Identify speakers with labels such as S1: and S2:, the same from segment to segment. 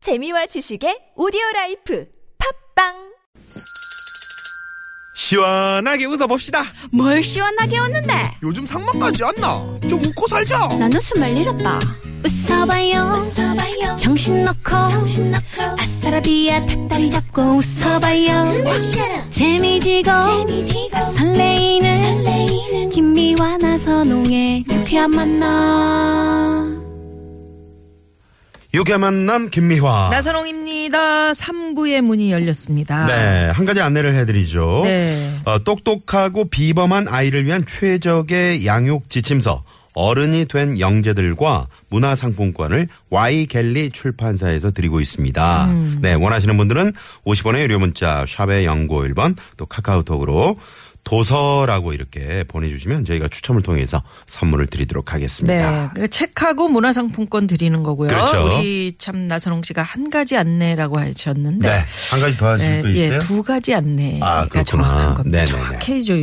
S1: 재미와 지식의 오디오 라이프 팝빵
S2: 시원하게 웃어봅시다.
S3: 뭘 시원하게 웃는데
S2: 요즘 상만까지 안 나. 좀 웃고 살자.
S3: 난 웃음을 잃었다 웃어봐요, 정신 놓고 아싸라비아 닭다리 잡고 웃어봐요 재미지고, 설레이는, 김미와 나선홍의 유쾌한 만남
S4: 유쾌 만남 김미화.
S5: 나선홍입니다. 3부의 문이 열렸습니다.
S4: 네, 한 가지 안내를 해드리죠.
S5: 아. 네.
S4: 어, 똑똑하고 비범한 아이를 위한 최적의 양육 지침서. 어른이 된 영재들과 문화상품권을 Y갤리 출판사에서 드리고 있습니다.
S5: 음.
S4: 네, 원하시는 분들은 50원의 유료 문자, 샵의 0951번, 또 카카오톡으로 도서라고 이렇게 보내주시면 저희가 추첨을 통해서 선물을 드리도록
S5: 네.
S4: 하겠습니다.
S5: 그 책하고 문화상품권 드리는 거고요.
S4: 그렇죠.
S5: 우리 참 나선홍 씨가 한 가지 안내라고 하셨는데.
S4: 네, 한 가지 더 하실 거
S5: 예,
S4: 있어요?
S5: 예, 두 가지 안내가
S4: 아, 그렇구나.
S5: 정확한 겁니다.
S4: 네네네.
S5: 정확해져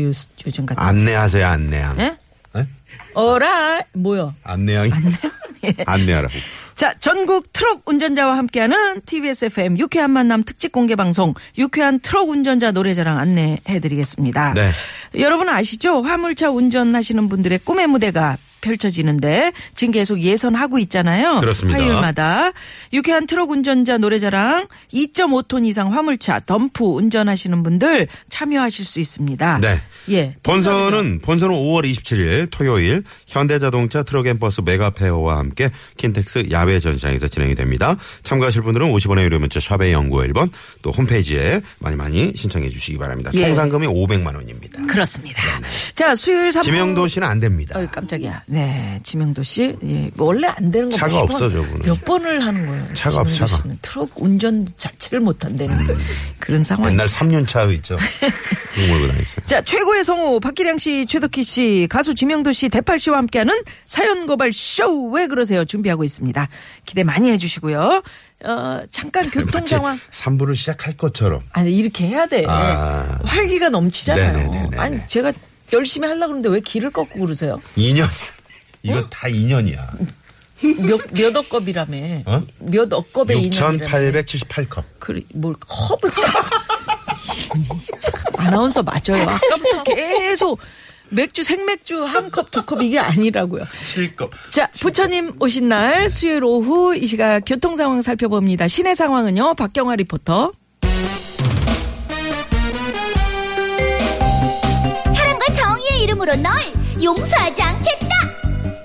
S5: 요즘 같은
S4: 안내하세요, 안내함.
S5: 세상. 예?
S4: 네?
S5: 어라 뭐요?
S4: 안내양이 안내하라고.
S5: 자, 전국 트럭 운전자와 함께하는 TBS FM 유쾌한 만남 특집 공개 방송 유쾌한 트럭 운전자 노래자랑 안내해 드리겠습니다.
S4: 네.
S5: 여러분 아시죠? 화물차 운전하시는 분들의 꿈의 무대가 펼쳐지는데 지금 계속 예선하고 있잖아요.
S4: 그렇습니다.
S5: 화요일마다 유쾌한 트럭 운전자 노래자랑 2.5톤 이상 화물차 덤프 운전하시는 분들 참여하실 수 있습니다.
S4: 네.
S5: 예.
S4: 본선은 본선은 5월 27일 토요일 현대자동차 트럭앤버스 메가페어와 함께 킨텍스 야외 전시장에서 진행이 됩니다. 참가하실 분들은 50원의 유료 문자 샵의 0951번 또 홈페이지에 많이 많이 신청해 주시기 바랍니다.
S5: 예.
S4: 총 상금이 500만 원입니다.
S5: 그렇습니다. 자, 수요일 3부
S4: 네, 지명도 씨는 안 됩니다.
S5: 어이 깜짝이야. 네, 지명도 씨. 예, 뭐 원래 안 되는 거
S4: 차가
S5: 몇
S4: 없어,
S5: 번,
S4: 저분은.
S5: 몇 번을 하는 거예요.
S4: 차가 없,
S5: 지명도
S4: 차가.
S5: 씨는 트럭 운전 자체를 못 한다는 그런 상황이.
S4: 옛날 3륜차 있죠. 그거 몰고 다녔어요.
S5: 자, 최고의 성우 박기량 씨, 최덕희 씨, 가수 지명도 씨, 대팔 씨와 함께하는 사연 고발 쇼 왜 그러세요 준비하고 있습니다. 기대 많이 해주시고요. 어, 잠깐 교통
S4: 마치
S5: 상황.
S4: 3부를 시작할 것처럼.
S5: 아니 이렇게 해야 돼.
S4: 아.
S5: 활기가 넘치잖아요.
S4: 네네네네네.
S5: 아니 제가 열심히 하려고 그러는데 왜 길을 꺾고 그러세요?
S4: 2년. 이거
S5: 어?
S4: 다 2년이야.
S5: 몇, 몇 억겁이라며.
S4: 어?
S5: 몇 억겁의 인연이라며.
S4: 6,878컵.
S5: 그래, 뭘, 허브 참. 참, 아나운서 맞아요. 아까부터 계속 맥주, 생맥주 한 컵, 두 컵 이게 아니라고요.
S4: 7컵.
S5: 자, 부처님 오신 날 수요일 오후 이 시각 교통 상황 살펴봅니다. 시내 상황은요, 박경화 리포터.
S6: 사랑과 정의의 이름으로 널 용서하지 않겠다.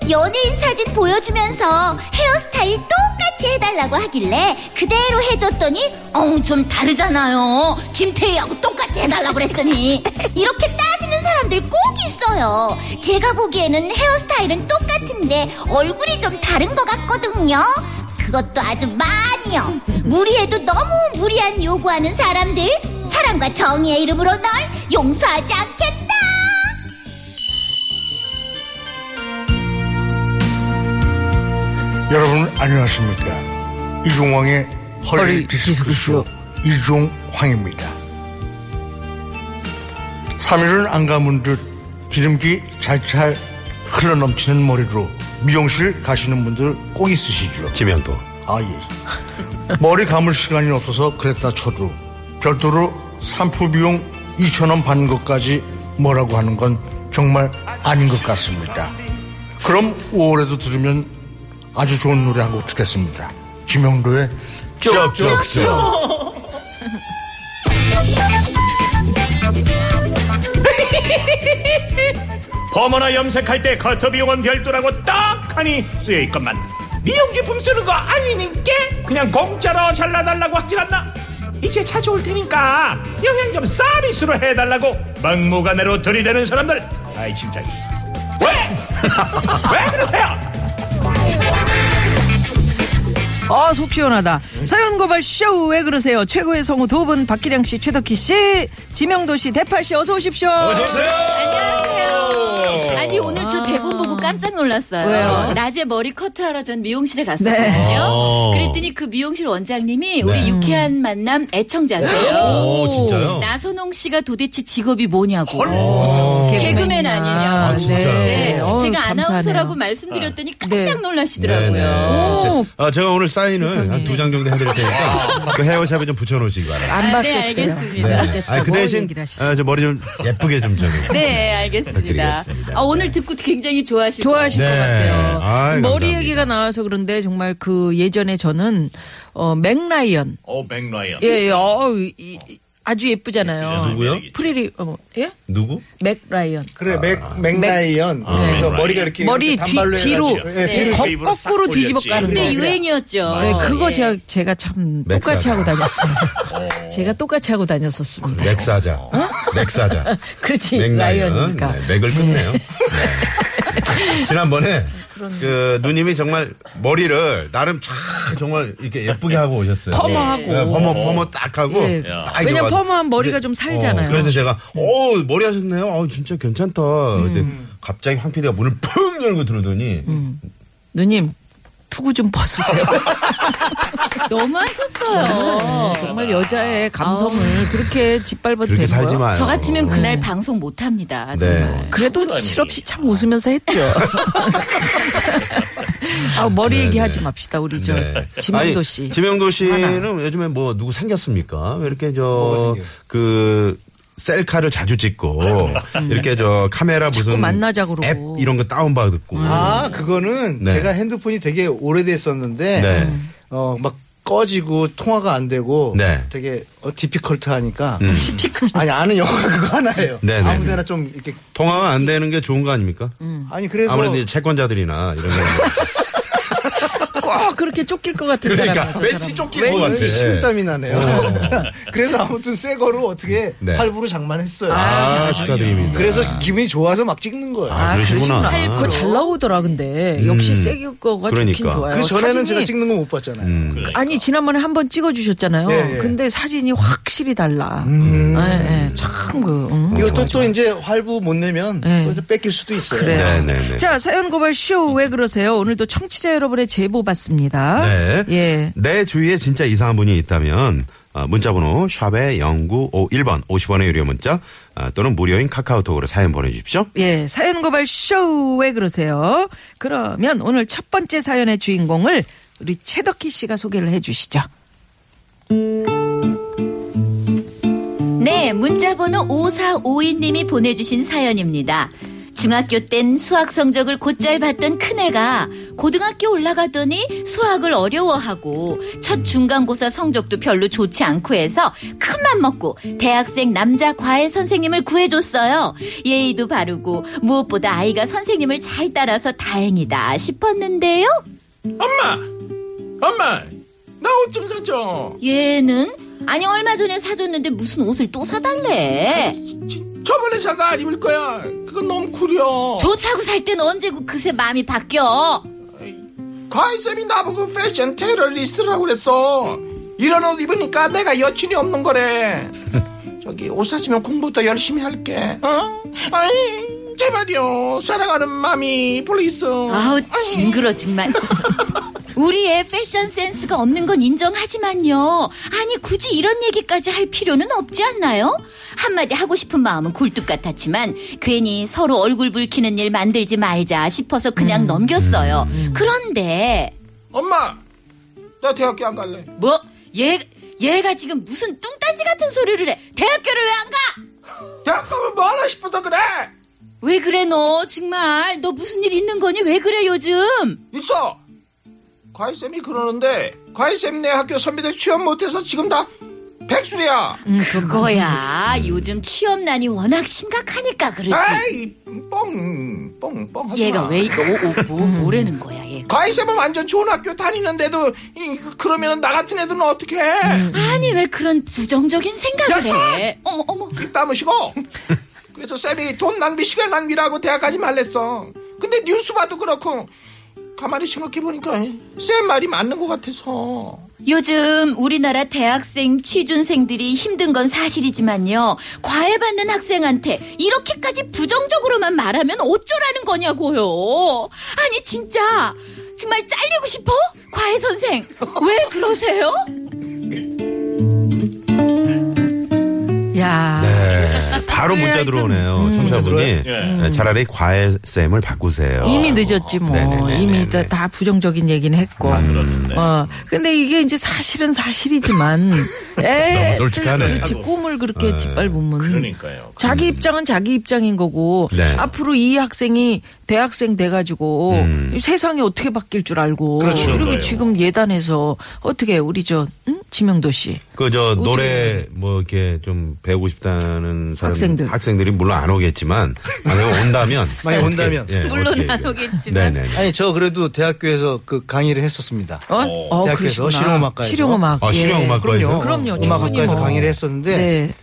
S6: 연예인 사진 보여주면서 헤어스타일 똑같이 해달라고 하길래 그대로 해줬더니 어우 좀 다르잖아요. 김태희하고 똑같이 해달라고 그랬더니 이렇게 따지는 사람들 꼭 있어요. 제가 보기에는 헤어스타일은 똑같은데 얼굴이 좀 다른 것 같거든요. 그것도 아주 많이요. 무리해도 너무 무리한 요구하는 사람들 사랑과 정의의 이름으로 널 용서하지 않겠다.
S7: 여러분 안녕하십니까 이종황의 허리 디스크쇼 이종황입니다 3일은 안 감은 듯 기름기 잘잘 흘러넘치는 머리로 미용실 가시는 분들 꼭 있으시죠
S4: 지명도.
S7: 아 예. 머리 감을 시간이 없어서 그랬다 쳐도 별도로 산후 비용 2천 원 받는 것까지 뭐라고 하는 건 정말 아닌 것 같습니다. 그럼 5월에도 들으면 아주 좋은 노래 한 곡 듣겠습니다. 김영도의
S5: 어,
S7: 쪽쪽쪽.
S8: 버머나 염색할 때 커터 비용은 별도라고 딱하니 쓰여 있건만 미용제품 쓰는 거 아니니까 그냥 공짜로 잘라달라고 하질 않나 이제 자주 올 테니까 영양 좀 서비스로 해달라고 막무가내로 들이대는 사람들 아이 진짜 왜? 왜 그러세요?
S5: 아, 속 시원하다. 사연 고발 쇼, 왜 그러세요? 최고의 성우 두 분, 박기량 씨, 최덕희 씨, 지명도 씨, 대팔 씨, 어서 오십시오.
S9: 안녕하세요. 아니 오늘 저 대본 보고 깜짝 놀랐어요.
S5: 왜요?
S9: 낮에 머리 커트하러 전 미용실에 갔었거든요.
S4: 어.
S9: 그랬더니 그 미용실 원장님이 우리 유쾌한
S5: 어,
S9: 만남 애청자세요.
S4: 어. 오, 진짜요?
S9: 나선홍 씨가 도대체 직업이 뭐냐고.
S7: 어.
S4: 어.
S9: 개그맨 아니냐.
S4: 아, 진짜요?
S9: 네.
S5: 어우,
S9: 제가
S5: 감사하네요.
S9: 아나운서라고 말씀드렸더니 깜짝
S4: 네네.
S9: 놀라시더라고요.
S4: 제-
S5: 오.
S4: 아, 제가 오늘 사인을
S5: 세상에.
S4: 한 두 장 정도 해드릴 테니까 그 헤어샵에 좀 붙여놓으시기 바랍니다.
S5: 안
S9: 아, 네,
S5: 받겠대요.
S9: 알겠습니다.
S5: 네.
S4: 아니, 그
S5: 뭐
S4: 대신
S5: 얘기를 하시죠.
S4: 아, 저 머리 좀 예쁘게 좀 정해.
S9: 네, 알겠습니다.
S4: 부탁드리겠습니다.
S9: 아, 오늘
S4: 네.
S9: 듣고 굉장히 좋아하실
S5: 좋아하실
S4: 네.
S5: 것 같아요.
S4: 아이,
S5: 머리
S4: 감사합니다.
S5: 얘기가 나와서 그런데 정말 그 예전에 저는 어 맥라이언
S7: 어, 맥라이언.
S5: 예, 예 어, 이, 이- 아주 예쁘잖아요.
S4: 누구요?
S5: 프리리 어, 예?
S4: 누구?
S5: 맥라이언.
S7: 그래, 맥, 맥라이언. 그래서 머리가 이렇게
S5: 머리
S7: 이렇게
S5: 뒤,
S7: 단발로
S5: 뒤로
S7: 해가지고. 예,
S5: 네.
S7: 뒤로
S5: 거-
S7: 이렇게 입으로 싹
S5: 거꾸로 뒤집어
S7: 올렸지.
S5: 까는
S9: 근데
S5: 거.
S9: 유행이었죠.
S5: 네, 그거
S9: 예.
S5: 제가 제가 참
S4: 맥사다.
S5: 똑같이 하고 다녔어요. 제가 똑같이 하고 다녔었습니다.
S4: 맥사자.
S5: 어?
S4: 맥사자.
S5: 그렇지
S4: 맥라이언.
S5: 라이언이니까.
S4: 네, 맥을 끊네요. 네. 지난번에 그 누님이 정말 머리를 나름 참 정말 이렇게 예쁘게 하고 오셨어요.
S5: 퍼머하고.
S4: 네, 퍼머 퍼머 딱 하고.
S5: 예.
S4: 딱
S5: 왜냐면
S4: 이렇게
S5: 퍼머하면 머리가
S4: 근데-
S5: 좀 살잖아요.
S4: 어, 그래서 제가 어 머리 하셨네요. 어 진짜 괜찮다.
S5: 음.
S4: 근데 갑자기 황 PD가 문을 펑 열고 들어오더니
S5: 누님 투구 좀 벗으세요.
S9: 너무 하셨어요.
S5: 정말 여자의 감성을 그렇게 짓밟아도
S4: 그렇게
S5: 되는
S4: 살지
S5: 거요
S4: 마요.
S9: 저 같으면 그날 방송 못 합니다.
S4: 네.
S9: 정말.
S5: 그래도 실없이 참 웃으면서 했죠. 아, 머리 얘기하지 맙시다. 우리 저
S4: 네.
S5: 지명도
S4: 아니,
S5: 씨.
S4: 지명도 씨는 요즘에 뭐 누구 생겼습니까? 왜 이렇게 저 그 셀카를 자주 찍고
S7: 음.
S4: 이렇게 저 카메라 무슨
S5: 만나자 그러고.
S4: 앱 이런 거 다운 받고
S7: 아, 그거는
S4: 네.
S7: 제가 핸드폰이 되게 오래됐었는데,
S4: 네.
S7: 어, 막 꺼지고 통화가 안 되고,
S4: 네.
S7: 되게 어, 디피컬트 하니까.
S4: 음.
S7: 아니, 아는 영화 그거 하나예요.
S4: 네, 네,
S7: 아무
S4: 네.
S7: 데나 좀 이렇게.
S4: 통화가 안 되는 게 좋은 거 아닙니까?
S5: 음.
S7: 아니, 그래서.
S4: 아무래도 이제 채권자들이나 이런 거
S5: 꼭 그렇게 쫓길 것 같은
S4: 그러니까.
S5: 사람이야. 저 사람은.
S4: 쫓길 것
S7: 왠지 식은땀이 나네요. 자, 그래서 아무튼 새 거로 어떻게
S4: 네.
S7: 할부로 장만했어요.
S4: 아, 축하드립니다.
S7: 그래서 기분이 좋아서 막 찍는 거예요.
S4: 아, 그렇죠. 그러시구나.
S5: 그거 잘 나오더라 근데 역시
S4: 음.
S5: 세게 거가 좋긴
S4: 그러니까.
S5: 좋아요.
S7: 그 전에는 제가
S5: 사진이-
S7: 찍는 거 못 봤잖아요.
S4: 음.
S5: 아니 지난번에 한 번 찍어주셨잖아요.
S7: 예, 음. 예.
S5: 근데 사진이 확실히 달라. 예, 예. 참 그. 음.
S7: 이것도 또 이제 할부 못 내면
S5: 네.
S7: 또 이제 뺏길 수도 있어요.
S5: 그래요.
S4: 네네네.
S5: 자 사연 고발 쇼 왜 그러세요? 오늘도 청취자 여러분의 제보 받습니다.
S4: 네.
S5: 예.
S4: 내 주위에 진짜 이상한 분이 있다면 어, 문자번호 샵의 0951번 50원의 유료 문자 아, 또는 무료인 카카오톡으로 사연 보내주십시오.
S5: 예, 사연 고발 쇼, 왜 그러세요? 그러면 오늘 첫 번째 사연의 주인공을 우리 채덕희 씨가 소개를 해 주시죠.
S9: 네, 문자번호 5452님이 보내주신 사연입니다. 중학교 땐 수학 성적을 곧잘 봤던 큰애가 고등학교 올라가더니 수학을 어려워하고 첫 중간고사 성적도 별로 좋지 않고 해서 큰맘 먹고 대학생 남자 과외 선생님을 구해줬어요. 예의도 바르고 무엇보다 아이가 선생님을 잘 따라서 다행이다 싶었는데요.
S2: 엄마, 엄마, 나 옷 좀 사줘.
S9: 얘는 아니 얼마 전에 사줬는데 무슨 옷을 또 사달래.
S2: 지- 저번에 사다 안 입을 거야. 그건 너무 구려.
S9: 좋다고 살 땐 언제고 그새 마음이 바뀌어.
S2: 과이쌤이 나보고 패션 테러리스트라고 그랬어. 이런 옷 입으니까 내가 여친이 없는 거래. 저기 옷 사시면 공부도 열심히 할게. 어? 아이 제발요. 사랑하는 마미 플리스.
S9: 아우 징그러 정말. 우리의 패션 센스가 없는 건 인정하지만요. 아니 굳이 이런 얘기까지 할 필요는 없지 않나요? 한마디 하고 싶은 마음은 굴뚝 같았지만 괜히 서로 얼굴 붉히는 일 만들지 말자 싶어서 그냥 넘겼어요. 그런데
S2: 엄마, 나 대학교 안 갈래.
S9: 뭐 얘, 얘가 지금 무슨 뚱딴지 같은 소리를 해. 대학교를 왜 안 가?
S2: 대학 가면 뭐 하나 싶어서 그래.
S9: 왜 그래 너 정말 너 무슨 일 있는 거니 왜 그래 요즘?
S2: 있어. 과이쌤이 그러는데 과이쌤 내 학교 선배들 취업 못해서 지금 다 백수야.
S9: 그거야. 요즘 취업난이 워낙 심각하니까 그러지.
S2: 아이 뻥뻥뻥 하지
S9: 얘가
S2: 마. 음.
S9: 왜 이거 오, 오, 뭐, 뭐라는 거야, 얘.
S2: 과이쌤은 완전 좋은 학교 다니는데도 이, 그러면 나 같은 애들은 어떻게 해?
S9: 음. 아니, 왜 그런 부정적인 생각을 해? 어머, 어머.
S2: 입 다무시고 그래서 쌤이 돈 낭비 시간 낭비라고 대학 가지 말랬어 근데 뉴스 봐도 그렇고 가만히 생각해보니까 쌤 말이 맞는 것 같아서
S9: 요즘 우리나라 대학생 취준생들이 힘든 건 사실이지만요. 과외받는 학생한테 이렇게까지 부정적으로만 말하면 어쩌라는 거냐고요. 아니, 진짜. 정말 잘리고 싶어? 과외 선생. 왜 그러세요?
S4: 네.
S5: 야.
S4: 바로
S5: 그래야
S4: 문자
S5: 좀,
S4: 들어오네요. 청취자분이 네, 차라리 과외쌤을 바꾸세요.
S5: 이미 늦었지 뭐
S4: 네네네네네. 음.
S5: 이미 다, 다 부정적인 얘기는 했고 어 근데 이게 이제 사실은 사실이지만 에
S4: 너무 솔직하네.
S5: 그렇지 꿈을 그렇게 짓밟으면
S8: 그러니까요.
S5: 자기 입장은 자기 입장인 거고
S4: 네.
S5: 앞으로 이 학생이 대학생 돼가지고 이 세상이 어떻게 바뀔 줄 알고
S8: 음. 그렇죠.
S5: 이렇게
S8: 그러니까요.
S5: 지금 예단해서 어떻게 우리 저 응? 지명도 씨
S4: 그 저
S5: 어떻게
S4: 노래 뭐 이렇게 좀 배우고 싶다는 사람
S5: 학생들.
S4: 학생들이 물론 안 오겠지만 만약 온다면
S7: 만약
S4: 어떻게,
S7: 온다면.
S4: 예,
S9: 물론
S4: 어떻게
S9: 안
S4: 얘기해요?
S9: 오겠지만.
S4: 네네네.
S7: 아니 저 그래도 대학교에서 그 강의를 했었습니다.
S5: 어? 어,
S7: 대학교에서
S5: 그러시구나.
S7: 실용음악과에서.
S5: 실용음악.
S4: 아,
S5: 예.
S4: 실용음악과에서
S5: 그럼요. 충분히
S7: 음악학과에서
S5: 뭐.
S7: 강의를 했었는데
S5: 네.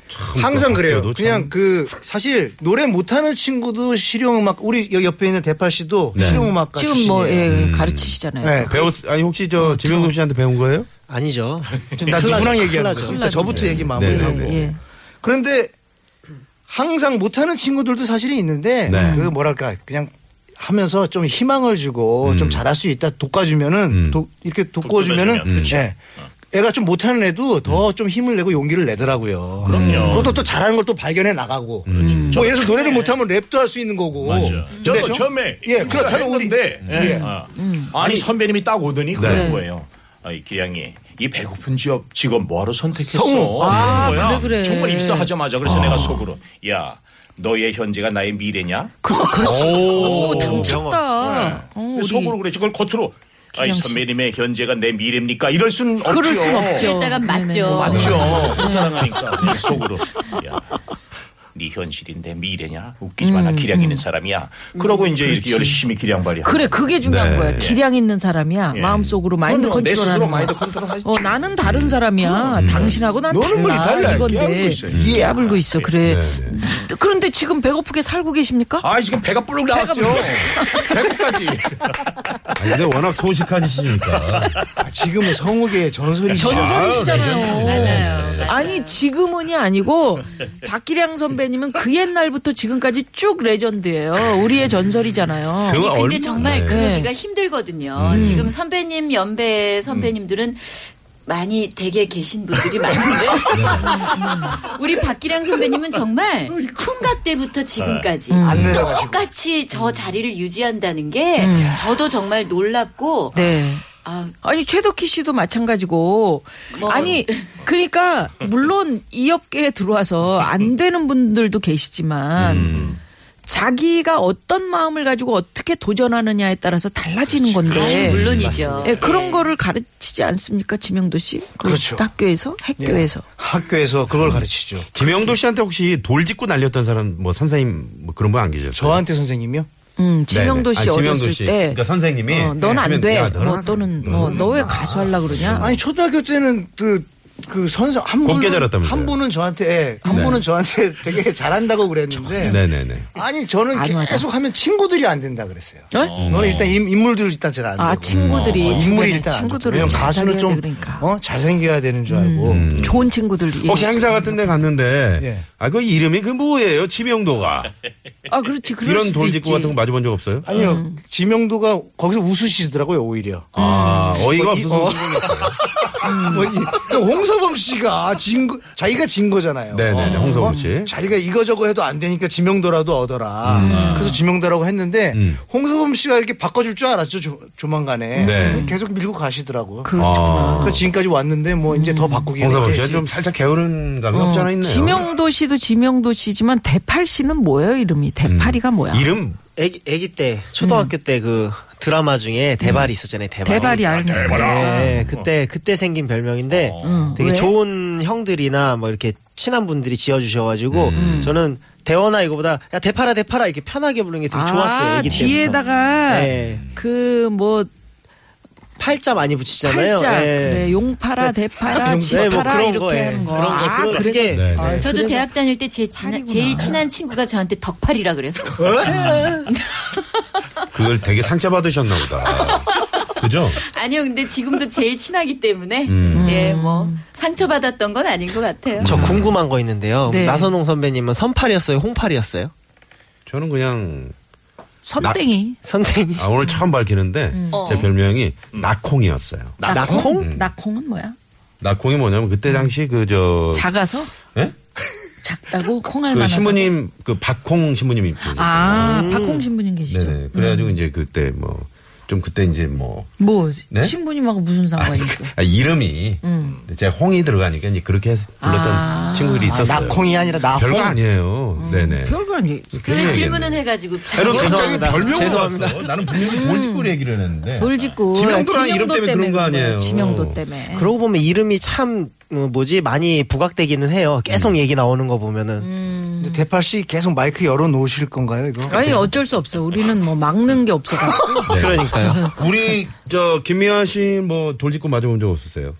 S7: 항상 그래요.
S4: 학교도
S7: 그냥
S4: 그러니까 참.
S7: 그 사실 노래 못하는 친구도 실용음악 우리 여기 옆에 있는 대팔 씨도
S4: 네.
S7: 실용음악가
S5: 지금
S7: 출신이에요.
S5: 뭐 예, 가르치시잖아요.
S7: 그러니까 네. 어,
S4: 배웠 아니 혹시 저 지명도 씨한테 배운 거예요?
S10: 아니죠.
S7: 나 누구랑 얘기하는 거야? 그러니까 저부터 얘기
S4: 네,
S7: 마무리하고.
S4: 네,
S5: 예, 예.
S7: 그런데 항상 못하는 친구들도 사실은 있는데
S4: 네.
S7: 그 뭐랄까 그냥 하면서 좀 희망을 주고 좀 잘할 수 있다 돋궈주면은
S4: 음.
S7: 도- 이렇게 돋궈주면은
S8: 돋궈주면, 그치. 어.
S7: 예. 애가 좀 못하는 애도 더
S4: 음.
S7: 좀 힘을 내고 용기를 내더라고요.
S8: 그럼요.
S7: 그것도 또 잘하는 걸 또 발견해
S4: 음.
S7: 나가고.
S4: 그렇죠.
S7: 뭐 예를 들어 노래를 못하면 랩도 할 수 있는 거고.
S8: 음. 맞아. 저도 처음에
S7: 예, 그렇다면 우리
S8: 근데
S7: 예.
S8: 아니 선배님이 딱 오더니
S4: 네.
S8: 그런 거예요. 아이 기양이 이 배고픈 지업 직업 뭐하러 선택했어?
S7: 성우. 아.
S5: 아,
S8: 그런 거야.
S5: 그래, 그래.
S8: 정말 입사하자마자 그래서 내가 속으로 야 너의 현재가 나의 미래냐?
S5: 그, 그렇죠. 오, 당첨다. 어, 우리
S8: 네. 속으로 그랬지 그걸 겉으로 아이
S5: 기양 씨.
S8: 선배님의 현재가 내 미래입니까? 이럴 순 없죠.
S5: 그럴 순 없죠. 네, 음.
S9: 그랬다가 맞죠.
S8: 맞죠. 사랑하니까 그냥 속으로. 야, 네 현실인데 미래냐? 웃기지 마라.
S5: 음.
S8: 기량 있는 사람이야. 그러고 이제 이렇게 열심히 기량발휘.
S5: 그래 그게 중요한
S4: 네.
S5: 거야. 기량 있는 사람이야.
S8: 예.
S5: 마음속으로 마인드
S8: 그럼요. 내 스스로
S5: 컨트롤하는
S8: 마인드
S5: 거. 어 나는 다른 사람이야. 당신하고 난
S8: 너는
S5: 달라.
S8: 뭐지? 달라.
S5: 이건데
S8: 깨알고 있어.
S4: 음.
S8: 예.
S5: 깨물고 있어. 그래.
S4: 네,
S5: 그런데 지금 배고프게 살고 계십니까?
S8: 아 지금 배가 불룩 나왔어요. 배고까지.
S4: 아니,
S5: 예.
S4: 근데 워낙 소식한 시니까
S7: 아, 지금은 성우계의 전설이시죠.
S5: 전설이시잖아요.
S9: 맞아요. 맞아요.
S5: 아니 지금은이 아니고 박기량 선배님은 그 옛날부터 지금까지 쭉 레전드예요. 우리의 전설이잖아요.
S9: 아니,
S4: 그- 그거
S9: 근데
S4: 얼마나-
S9: 정말
S4: 네.
S9: 그러기가 힘들거든요. 지금 선배님, 연배 선배님들은 많이 댁에 계신 분들이 많은데 우리 박기량 선배님은 정말 총각 때부터 지금까지 똑같이 저 자리를 유지한다는 게 저도 정말 놀랍고
S5: 네.
S9: 아,
S5: 아니 최덕희 씨도 마찬가지고
S9: 뭐.
S5: 아니 그러니까 물론 이 업계에 들어와서 안 되는 분들도 계시지만
S4: 음.
S5: 자기가 어떤 마음을 가지고 어떻게 도전하느냐에 따라서 달라지는
S4: 그렇죠.
S5: 건데
S4: 네,
S9: 물론이죠.
S5: 예, 그런 거를 가르치지 않습니까 지명도 씨? 그
S7: 그렇죠.
S5: 학교에서
S4: 예.
S5: 학교에서
S7: 학교에서 그걸 가르치죠.
S4: 지명도 씨한테 혹시 돌 짚고 날렸던 사람 뭐 선생님 뭐 그런 분 안 계셨어요?
S7: 저한테 선생님이요?
S5: 음, 지명도
S4: 네네.
S5: 씨
S4: 아니, 지명도
S5: 어렸을
S4: 씨.
S5: 때
S4: 그러니까 선생님이
S5: 어, 넌
S4: 그러면
S5: 안 돼.
S4: 야, 너는
S5: 뭐
S4: 안 돼.
S5: 또는 뭐 너 왜 가수 하려 그러냐?
S7: 아니 초등학교 때는 그 그 선수 한
S4: 곱게
S7: 분은
S4: 자랐다면서요? 네.
S7: 한 분은 저한테 예, 한 분은 저한테 되게 잘한다고 그랬는데
S4: 네네네.
S7: 아니 저는
S5: 안와다.
S7: 계속 하면 친구들이 안 된다 그랬어요.
S5: 어?
S7: 너는 일단 인, 인물들 일단 제가 안
S5: 아
S7: 되고.
S5: 친구들이
S4: 음.
S7: 어, 인물이
S5: 주변에
S7: 일단 안
S5: 친구들을 잘
S7: 되고. 왜냐면
S5: 사귀어야
S7: 가수는 좀
S5: 돼, 그러니까
S7: 어? 잘생겨야 되는 줄 알고
S4: 음.
S5: 좋은 친구들
S4: 혹시 행사 같은 데 갔는데
S7: 예.
S4: 아 그 이름이 그 뭐예요? 지명도가.
S5: 아 그렇지 그럴
S4: 이런
S5: 수도
S4: 돌
S5: 있지. 음.
S4: 짚고 같은 거 마주 본 적 없어요?
S7: 아니요 지명도가 거기서 웃으시더라고요 오히려
S4: 아, 어이가
S7: 어, 이-
S4: 없어서.
S7: 어. 뭐 이- 그러니까 홍서범 씨가 진 거- 자기가 진 거잖아요.
S4: 네네네,
S7: 어.
S4: 홍서범 씨.
S7: 자기가 이거 저거 해도 안 되니까 지명도라도 얻어라. 그래서 지명도라고 했는데
S4: 음.
S7: 홍서범 씨가 이렇게 바꿔줄 줄 알았죠 조, 조만간에
S4: 네.
S7: 계속 밀고 가시더라고. 요
S5: 그렇죠.
S4: 아.
S7: 그래서 지금까지 왔는데 뭐 이제 더 바꾸기
S4: 홍서범 씨가 좀 살짝 게으른 감이
S7: 어,
S4: 없지 않아 있네요.
S5: 지명도 씨도 지명도 씨지만 대팔 씨는 뭐예요 이름이 대팔이가 뭐야?
S4: 음. 이름
S10: 애기, 애기 때,
S7: 음.
S10: 초등학교 때 그 드라마 중에 대발이 있었잖아요, 대발.
S5: 대발이 알면
S10: 네, 그때, 그때 생긴 별명인데 되게
S5: 음. 왜?
S10: 좋은 형들이나 뭐 이렇게 친한 분들이 지어주셔가지고 저는 대원아 이거보다 야, 대파라, 대파라 이렇게 편하게 부르는 게 되게 좋았어요,
S5: 아
S10: 애기 때.
S5: 뒤에다가
S10: 네.
S5: 그 뭐
S10: 팔자 많이 붙이잖아요.
S5: 팔자
S10: 예.
S5: 그래 용파라 대파라
S10: 용- 네, 뭐
S5: 지파라
S10: 그런
S5: 이렇게
S10: 거에
S5: 하는 거.
S10: 그런 거,
S5: 아
S10: 그런
S7: 예.
S5: 그래서
S10: 게-
S4: 네, 네.
S9: 저도 대학 다닐 때 제 제일 친한 친구가 저한테 덕팔이라 그랬어요.
S4: 그걸 되게 상처 받으셨나 보다. 그죠?
S9: 아니요, 근데 지금도 제일 친하기 때문에 예, 뭐 상처받았던 건 아닌 것 같아요.
S10: 저
S4: 음.
S10: 궁금한 거 있는데요.
S5: 네.
S10: 나선홍 선배님은 선팔이었어요, 홍팔이었어요?
S4: 저는 그냥
S5: 선땡이
S10: 선생님.
S4: 아, 오늘 처음 밝히는데 제 별명이 낙콩이었어요.
S10: 낙콩?
S4: 음.
S5: 낙콩은 뭐야?
S4: 낙콩이 뭐냐면 그때 당시 그 저
S5: 작아서
S4: 예?
S5: 작다고 콩알
S4: 그
S5: 만하다고?
S4: 신부님 그 박홍 신부님이 계세요.
S5: 아,
S10: 음.
S5: 박홍 신부님 계시죠?
S4: 네네. 그래가지고 이제 그때 뭐 좀 그때 이제 뭐
S5: 뭐
S4: 네?
S5: 신부님하고 무슨 상관이 있어?
S4: 아, 이름이
S5: 음.
S4: 제가 홍이 들어가니까 이제 그렇게 해서 불렀던
S5: 아.
S4: 친구들이 있었어요.
S10: 나콩이 아니라 나홍.
S4: 별거 아니에요. 네네.
S5: 별거란 얘기.
S9: 그래서
S4: 얘기했네.
S9: 질문은 해가지고 자
S4: 아니, 갑자기
S10: 죄송합니다.
S4: 별명을
S10: 죄송합니다.
S4: 봤어. 나는 분명히 돌직구를 얘기를 했는데.
S5: 돌짓고
S4: 예. 지명도랑 이름 때문에 그런 거 아니에요. 어.
S5: 지명도 때문에.
S10: 그러고 보면 이름이 참 어, 뭐지 많이 부각되기는 해요. 계속 얘기 나오는 거 보면은
S11: 근데 대팔 씨 계속 마이크 열어 놓으실 건가요, 이거?
S5: 음. 아니 어쩔 수 없어. 우리는 뭐 막는 게 없어가지고
S4: 네.
S10: 그러니까요.
S4: 우리 저 김미아 씨 뭐 돌직구 맞아본 적 없으세요?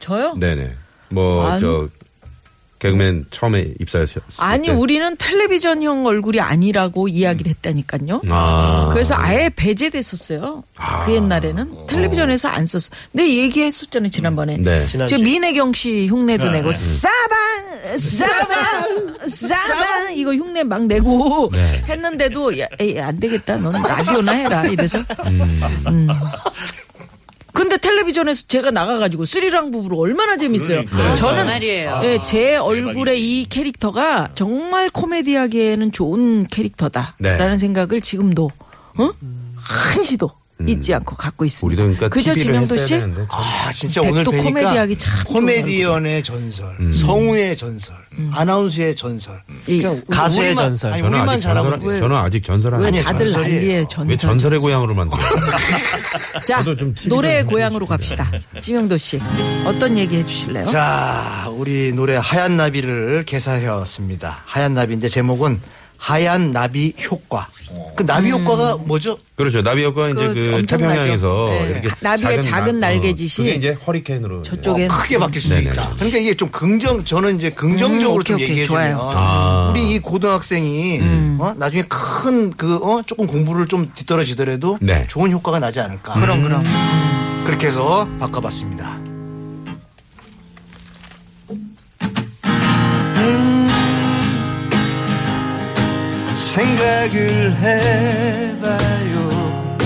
S5: 저요?
S4: 네네. 뭐
S5: 아니.
S4: 저 개그맨 처음에 입사하셨을
S5: 아니
S4: 때.
S5: 우리는 텔레비전형 얼굴이 아니라고 이야기를 했다니까요.
S4: 아.
S5: 그래서 아예 배제됐었어요.
S4: 아.
S5: 그 옛날에는 텔레비전에서 안 썼어. 내 얘기했었잖아요 지난번에.
S4: 네.
S5: 저
S10: 지난주에.
S5: 민혜경 씨 흉내도 내고 사방 사방 사방 이거 흉내 막 내고 했는데도 야, 에이, 안 되겠다 너는 라디오나 해라 이래서 음. 근데 텔레비전에서 제가 나가가지고 스리랑 부부로 얼마나 재밌어요
S9: 아,
S5: 저는
S9: 정말이에요.
S5: 예, 제 얼굴의 이 캐릭터가 정말 코미디하기에는 좋은
S4: 네. 음.
S5: 캐릭터다라는 생각을 지금도 어? 한시도 잊지 않고 갖고 있습니다.
S4: 우리도 그러니까
S5: 그죠
S4: TV를
S5: 지명도
S4: 했어야
S5: 씨?
S4: 되는데 참.
S11: 아, 진짜 오늘
S5: 백도
S11: 뵈니까
S5: 코미디하기 참 좋은 음.
S11: 코미디언의 전설, 성우의 전설, 아나운서의 전설,
S5: 이
S10: 가수의
S11: 우리만-
S10: 전설.
S11: 아니,
S4: 저는
S11: 우리만
S4: 아직
S11: 잘하면
S4: 전설
S11: 돼.
S4: 저는 아직 전설
S5: 왜
S4: 아니에요.
S5: 다들
S11: 전설이에요.
S5: 난리에
S4: 왜
S5: 전설?
S4: 전설의 고향으로 만들어요?
S5: 자
S4: 저도 좀 TV 를
S5: 노래의
S4: 좀
S5: 고향으로 갑시다. 지명도 씨 어떤 얘기 해주실래요?
S11: 자, 우리 노래 하얀 나비를 개사해왔습니다. 하얀 나비인데 제목은 하얀 나비 효과. 그 나비
S5: 음.
S11: 효과가 뭐죠?
S4: 그렇죠. 나비 효과 이제
S5: 그그
S4: 그
S5: 엄청나죠.
S4: 태평양에서
S5: 네.
S4: 이렇게
S5: 나비의 작은
S4: 나- 어,
S5: 날개짓이
S4: 그게 이제 허리케인으로
S5: 저쪽에
S11: 어, 크게 바뀔 수도
S4: 네네.
S11: 있다. 그러니까 이게 좀 긍정, 저는 이제 긍정적으로
S5: 음, 오케이,
S11: 좀
S5: 오케이,
S11: 얘기해 주면
S5: 좋아요. 음.
S4: 아.
S11: 우리 이 고등학생이 어? 나중에 큰 그 어? 조금 공부를 좀 뒤떨어지더라도
S4: 네.
S11: 좋은 효과가 나지 않을까.
S5: 음. 그럼 그럼
S11: 그렇게 해서 바꿔봤습니다. 음, 생각을 해봐요.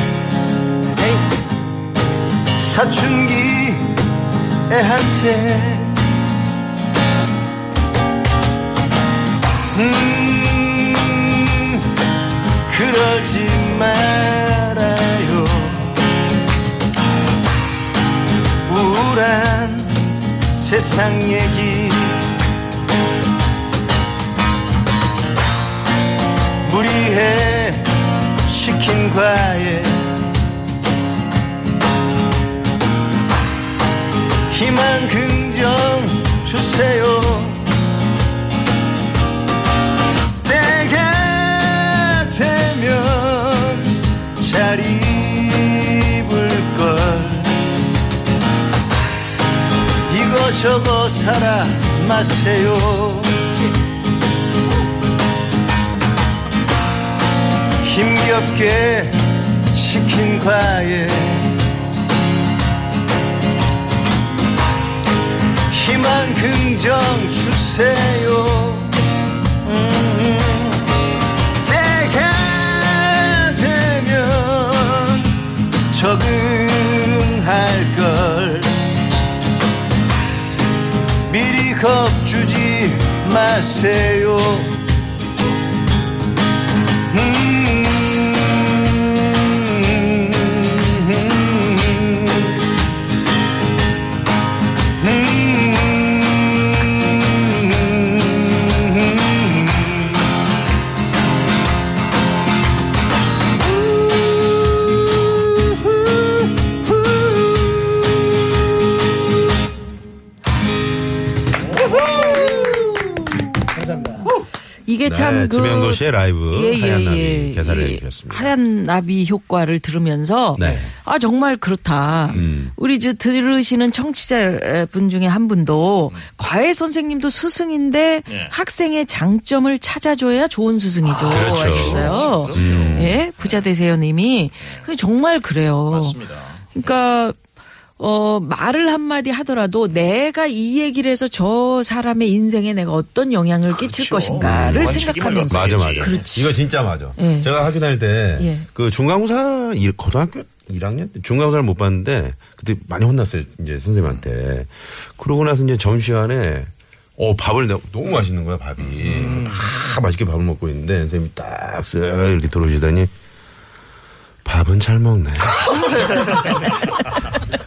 S5: 네.
S11: 사춘기 애한테 음, 그러지 말아요. 우울한 세상 얘기 무리해 시킨 과에 희망 긍정 주세요 때가 되면 잘 입을 걸 이거저거 살아 마세요. 힘겹게 시킨 과에 희망 긍정 주세요. 음. 때가 되면 적응할 걸. 미리 겁주지 마세요. 음, 음, 음.
S5: 이게
S4: 네,
S5: 참그 예,
S4: 지명도 씨의 라이브 하얀 나비 개사를 해주셨습니다.
S5: 하얀 나비 효과를 들으면서
S4: 네.
S5: 아 정말 그렇다.
S4: 음.
S5: 우리 저 들으시는 청취자분 중에 한 분도 과외 선생님도 스승인데 학생의 장점을 찾아줘야 좋은 스승이죠.
S4: 그렇죠.
S5: 하셨어요. 예, 부자 되세요님이 그게 정말 그래요. 그러니까 어 말을 한마디 하더라도 내가 이 얘기를 해서 저 사람의 인생에 내가 어떤 영향을 끼칠 것인가를
S8: 음,
S5: 생각하면서
S4: 맞아 맞아.
S5: 그렇지.
S4: 이거 진짜 맞아.
S5: 예.
S4: 제가 학교 다닐 때 그
S5: 예.
S4: 중간고사 일- 고등학교 1학년 때 중간고사를 못 봤는데 그때 많이 혼났어요. 이제 선생님한테. 그러고 나서 이제 점심시간에 어, 밥을 내- 너무 맛있는 거야, 밥이. 다 맛있게 밥을 먹고 있는데, 선생님이 딱, 쓱 이렇게 들어오시더니, 밥은 잘 먹네.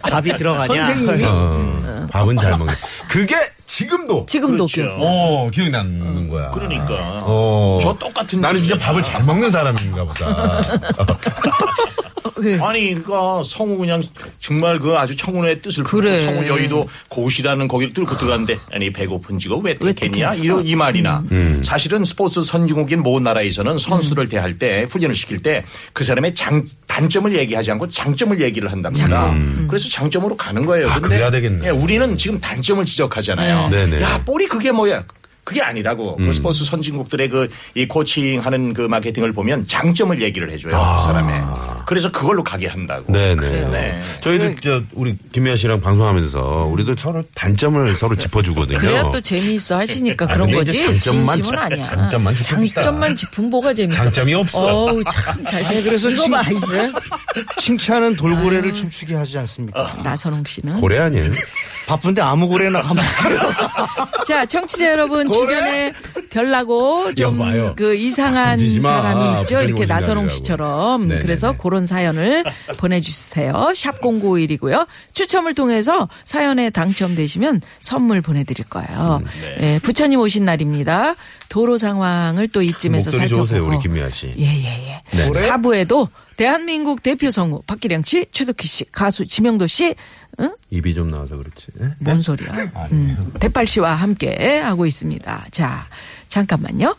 S10: 밥이 들어가냐?
S7: 선생님이
S4: 어, 밥은 잘 먹네. 그게 지금도,
S5: 지금도 그렇죠.
S4: 어, 기억이 나는 거야.
S8: 그러니까.
S4: 어.
S8: 저 똑같은
S4: 나는 진짜
S8: 얘기잖아.
S4: 밥을 잘 먹는 사람인가 보다.
S8: 아니, 그니까, 성우 그냥, 정말 그 아주 청운의 뜻을
S5: 그래.
S8: 품고 성우 여의도 고시라는 거기를 뚫고 들어갔는데, 아니, 배고픈 지가 왜
S5: 왜
S8: 됐겠냐?
S5: 됐겠어? 음.
S8: 이런 이 말이나.
S4: 음.
S8: 사실은 스포츠 선진국인 모 나라에서는 선수를
S5: 음.
S8: 대할 때, 훈련을 시킬 때, 그 사람의 장, 단점을 얘기하지 않고 장점을 얘기를 한답니다. 그래서 장점으로 가는 거예요.
S4: 음. 아, 그래야 되겠네.
S8: 예, 우리는 지금 단점을 지적하잖아요.
S4: 네. 네네.
S8: 야, 볼이 그게 뭐야? 그게 아니라고. 그 스포츠 선진국들의 그 이 코칭하는 그 마케팅을 보면 장점을 얘기를 해줘요. 그 사람의. 그래서 그걸로 가게 한다고.
S4: 네네.
S8: 네.
S4: 저희도 저 우리 김미아 씨랑 방송하면서 우리도 서로 단점을 서로 짚어주거든요.
S5: 음. 그래야 또 재미있어 하시니까
S4: 아,
S5: 그런
S4: 근데
S5: 거지.
S4: 이제 장점만
S5: 진심은
S4: 짚-
S5: 아니야.
S4: 장점만 짚읍시다.
S5: 장점만 짚은 뭐가 재밌어.
S4: 장점이 없어.
S5: 어우, 참 잘생. 그래서 이거 봐. 이
S7: 칭찬은 돌고래를 춤추게 하지 않습니까?
S5: 나선홍 씨는.
S4: 고래 아니에요?
S7: 바쁜데 아무 고래나 가면
S5: 자, 청취자 여러분 주변에 별나고 좀
S4: 여봐요. 아,
S5: 그 이상한
S4: 던지지 마.
S5: 사람이 있죠.
S4: 부탁이
S5: 이렇게
S4: 오신 게
S5: 나선홍
S4: 아니라고.
S5: 씨처럼.
S4: 네네네.
S5: 그래서 그런 사연을 보내주세요. 샵0951이고요. 추첨을 통해서 사연에 당첨되시면 선물 보내드릴
S4: 음,
S5: 거예요.
S4: 네.
S5: 예, 부처님 오신 날입니다. 도로 상황을 또 이쯤에서
S4: 목소리
S5: 살펴보고.
S4: 좋으세요, 우리 김미아 씨.
S5: 예예예. 사부에도 대한민국 대표 성우 박기량 씨, 최덕희 씨, 가수 지명도 씨, 응?
S4: 입이 좀 나와서 그렇지.
S5: 뭔 소리야? 음, 대팔 씨와 함께 하고 있습니다. 자, 잠깐만요.